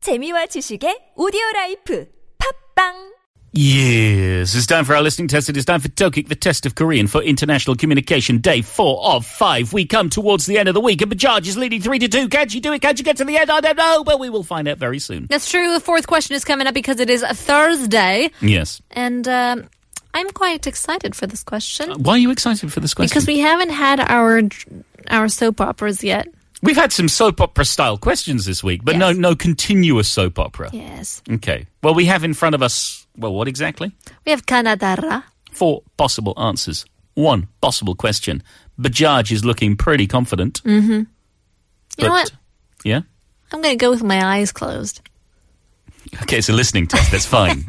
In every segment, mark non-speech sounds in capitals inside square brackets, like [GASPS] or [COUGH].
재미와 지식의 오디오 라이프 팝빵 Yes, it's time for our listening test. It is time for Tokik, the test of Korean for International Communication Day four of five. We come towards the end of the week, and Bajaj is leading three to two. Can she do it? Can she get to the end? I don't know, but we will find out very soon. That's true. The fourth question is coming up because it is a Thursday, Yes. and um, I'm quite excited for this question Uh, Why are you excited for this question? because we haven't had our our soap operas yet. have had some soap opera style questions this week, but Yes. no, no continuous soap opera. Yes, Okay. Well, we have in front of us. Well, what exactly? we have Canadara. Four possible answers. One possible question. Bajaj is looking pretty confident. Mm-hmm. You know what? Yeah. I'm going to go with my eyes closed. Okay, it's a listening test. That's [LAUGHS] fine.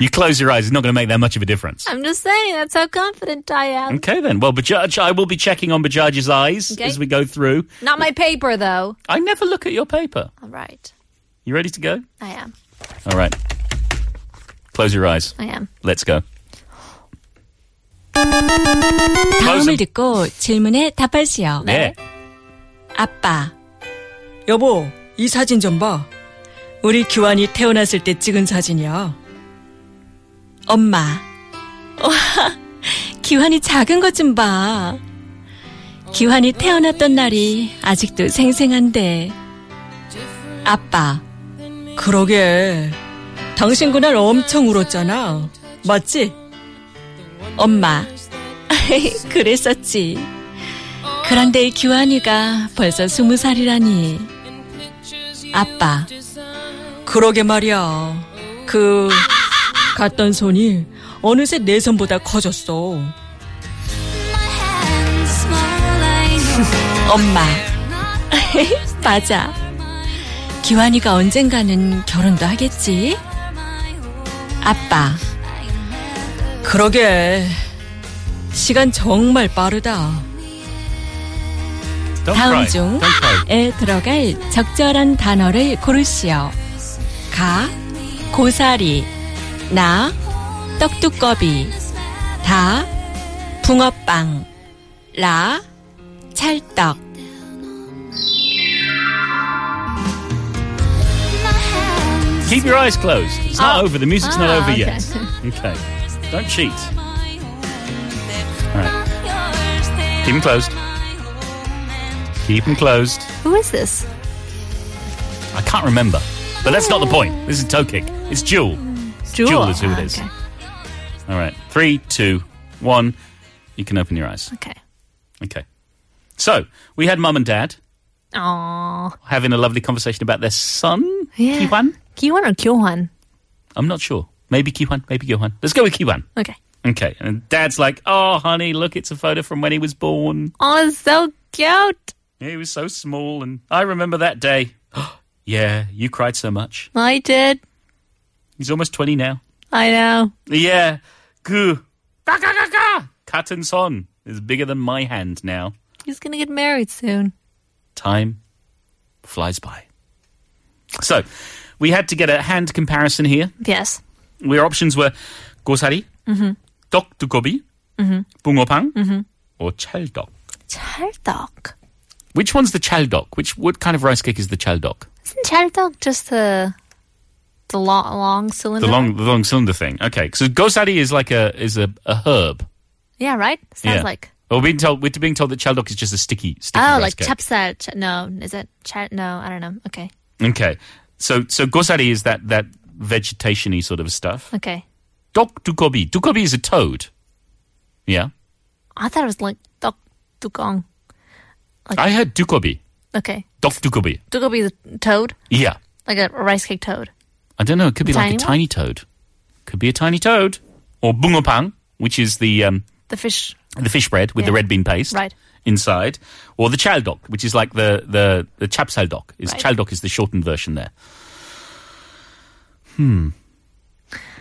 you close your eyes. It's not going to make that much of a difference. I'm just saying that's how confident I am. Okay, then. Well, Bajaj, I will be checking on Bajaj's eyes Okay. as we go through. Not my paper though. I never look at your paper. All right, You ready to go? I am. All right. Close your eyes. I am. Let's go. Close them. 다음을 듣고 질문에 답하시오. Yeah. 아빠. 여보, 이 사진 좀 봐. 우리 규환이 태어났을 때 찍은 사진이야. 엄마. 와, 규환이 작은 것 좀 봐. 규환이 태어났던 날이 아직도 생생한데. 아빠. 그러게. 당신 그날 엄청 울었잖아. 맞지? 엄마. [LAUGHS] 그랬었지. 그런데 이 규환이가 벌써 스무 살이라니. 아빠. 그러게 말이야. 그, 갔던 손이 어느새 내 손보다 커졌어. 엄마. [LAUGHS] 맞아. 규환이가 언젠가는 결혼도 하겠지? 아빠. 그러게. 시간 정말 빠르다. Don't 다음 cry. 중 Don't cry. 에 들어갈 적절한 단어를 고르시오. 가, 고사리, 나, 떡두꺼비, 다, 붕어빵, 라, 찰떡. Keep your eyes closed. It's not over. The music's not Ah, over okay. [LAUGHS] yet. Okay. Don't cheat. All right. Keep them closed. Keep them closed. Who is this? I can't remember. But that's not the point. This is toe kick. It's Jewel. Jewel. is who it Ah, is. Okay. All right. Three, two, one. You can open your eyes. okay. Okay. So we had mum and dad Aww. having a lovely conversation about their son, Yeah. Kiwan. Kiwan or Kyohan? I'm not sure. Maybe Kiwan, maybe Johan. Let's go with Kiwan. Okay. Okay. And dad's like, oh, honey, look, it's a photo from when he was born. Oh, it's so cute. He was so small. And I remember that day. [GASPS] yeah, you cried so much. I did. He's almost 20 now. I know. Yeah. Goo. Ga, ga, ga, ga. Cotton Son is bigger than my hand now. He's gonna get married soon. Time flies by. So, we had to get a hand comparison here. Yes. Where options were gosari, dok dukobi, Mm-hmm. bungopang, or chaldok. 찰떡. Which one's the chaldok? Which what kind of rice cake is the chaldok? Isn't 찰떡 just the the long, long cylinder? The long, the long cylinder thing. Okay, so gosari is like a is a, a herb. yeah, right. Sounds yeah. like Well, we're being told we're being told that chaldok is just a sticky, sticky oh, rice like cake. chapsal. Ch- no, is it chal? No, I don't know. Okay, Okay. So so gosari is that that vegetation-y sort of stuff. okay. Dok dukobi. Dukobi is a toad. Yeah. I thought it was like dok dugong. I heard dukobi. Okay, Dok dukobi. dugong be the toad, Yeah. like a rice cake toad. I don't know. It could be like Tiny a one? tiny toad. Could be a tiny toad. Or bungopang, which is the um, The fish, the fish bread with the Yeah. red bean paste Right. inside. Or the chaldok, which is like the, the, the chapsaldok. Is Right. Chaldok is the shortened version there. Hmm.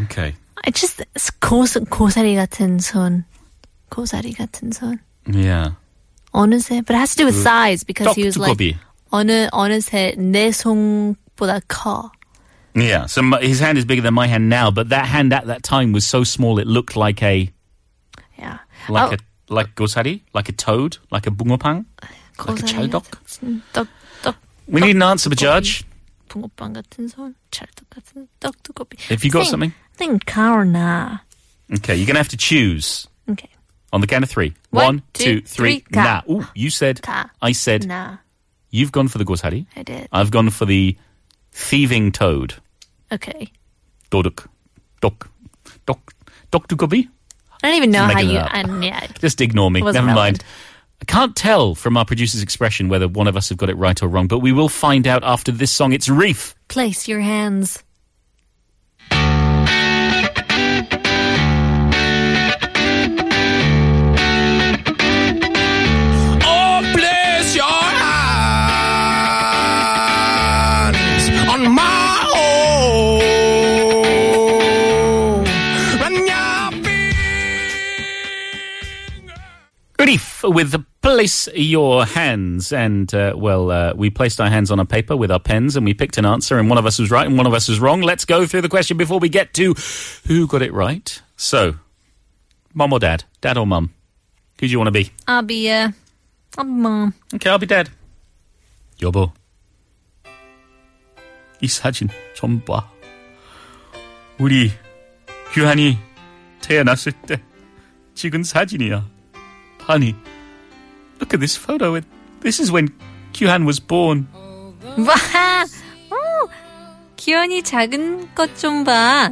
Okay. I just it's 고사, 고사리 같은 손, 고사리 같은 손. Yeah. 어느새, but it has to do with size because Dok he was like dukobi. 어느 어느새 내 손보다 커. Yeah, so my, his hand is bigger than my hand now, but that hand at that time was so small it looked like a Yeah, like oh, a like gosari, like a toad, like a bungopang. like a 고사리 chaldok? 같은- Dok dok We need an answer, Bajaj. 붕어빵 같은 손, 찰떡 같은 떡두꺼비. If you got Think- something? Think car now. Okay, you're going to have to choose Okay. on the count of three. One, One, two, two, three. three, ka. Nah. Ooh, you said. Ka. I said. Nah, You've gone for the Gosari. I did. I've gone for the thieving toad. Okay. Doduk. Dok. Dok. Dok Dukobi? I don't even know Just how making you. it up. And yeah, Just ignore me. Never Wasn't mind. I can't tell from our producer's expression whether one of us have got it right or wrong, but we will find out after this song. It's Reef. place your hands. Oh, place your hands on my own. When your fingers Reef with the place your hands. And, uh, well, uh, we placed our hands on a paper with our pens and we picked an answer, and one of us was right and one of us was wrong. Let's go through the question before we get to who got it right. So, mum or dad? Dad or mum? Who do you want to be? I'll be uh, I'll be mom. Okay, I'll be dad. 여보, 이 사진 좀 봐. 우리 규환이 태어났을 때 찍은 사진이야. Honey, look at this photo. It- This is when 규환 was born. 와, 오, 기현이 작은 것 좀 봐.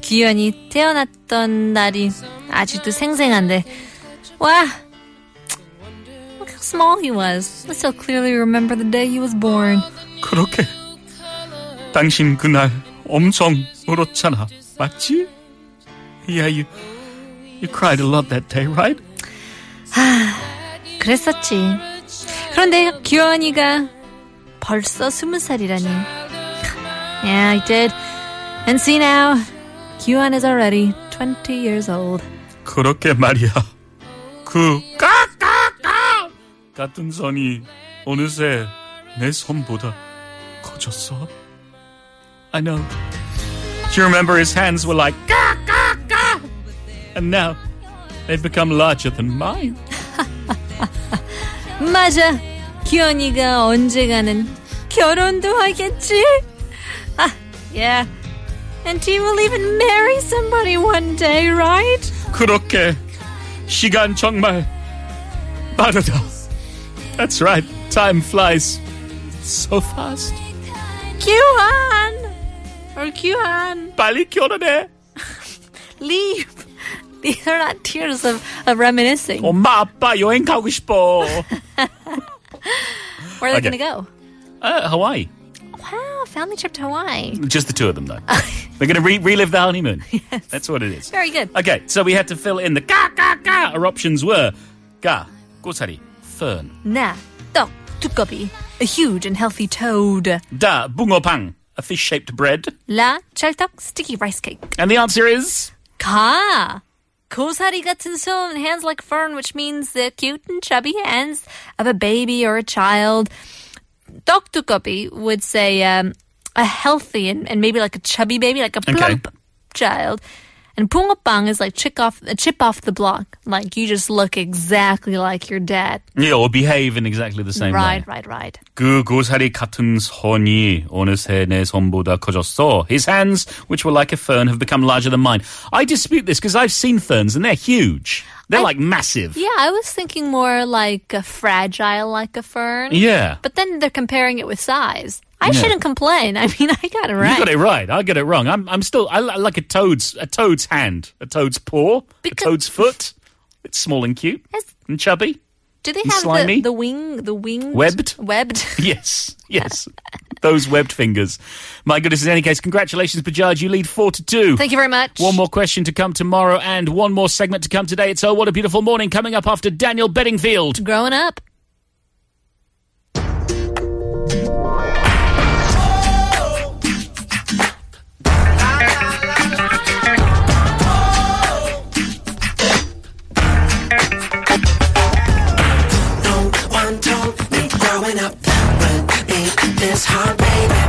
기현이 태어났던 날이 아직도 생생한데. 와, look how small he was. I still clearly remember the day he was born. 그렇게 당신 그날 엄청 울었잖아. 맞지? Yeah, you, you cried a lot that day, right? 그랬었지. 그런데 기현이가 벌써 스무 살이라니. Yeah, I did. And see now, 기현 is already 20 years old. 그렇게 말이야. 그 까까까 같은 선이 어느새 내 손보다 커졌어. I know. Do you remember his hands were like 까까까, and now they've become larger than mine. 맞아. 기현이가 언젠가는 결혼도 하겠지. 아, yeah. And he will even marry somebody one day, right? 그렇게 시간 정말 빠르다. That's right. Time flies so fast. 기환! Or 기환! 빨리 결혼해. Leave! These are not tears of, of reminiscing. 엄마 아빠 여행 가고 싶어. Where are they okay. gonna go? Uh, Hawaii. Wow, family trip to Hawaii. Just the two of them, though. [LAUGHS] They're going to re- relive the honeymoon. That's what it is. Very good. Okay, so we had to fill in the ka ka ka. Our options were ga, gosari, fern, Na, to, tukobi, a huge and healthy toad. da, bungopang, a fish shaped bread. La, 찰떡, sticky rice cake. And the answer is Ka. Kosari 같은 손, hands like fern, which means the cute and chubby hands of a baby or a child. Doktukobi would say um, a healthy and, and maybe like a chubby baby, like a plump child. And pungopang is like chip off, a chip off the block. Like you just look exactly like your dad. yeah, or behave in exactly the same Right, way. right, right. 그 고사리 같은 손이 어느새 내 손보다 커졌어. His hands, which were like a fern, have become larger than mine. I dispute this because I've seen ferns and they're huge. They're like massive. Yeah, I was thinking more like a fragile, like a fern. yeah. But then they're comparing it with size. I Yeah. shouldn't complain. [LAUGHS] I mean, I got it right. You got it right. I got it wrong. I'm, I'm still I, li- like a toad's a toad's hand, a toad's paw, Because- a toad's foot. It's small and cute Yes. and chubby. [LAUGHS] Do they You have slimy? the, the wing, the wing Webbed? Webbed. [LAUGHS] Yes, yes. Those webbed fingers. My goodness. In any case, congratulations, Bajaj. You lead four to two. Thank you very much. One more question to come tomorrow, and one more segment to come today. It's oh, what a beautiful morning coming up after Daniel Bedingfield. Growing up. don't want to live growing up. Won't be this hard, baby.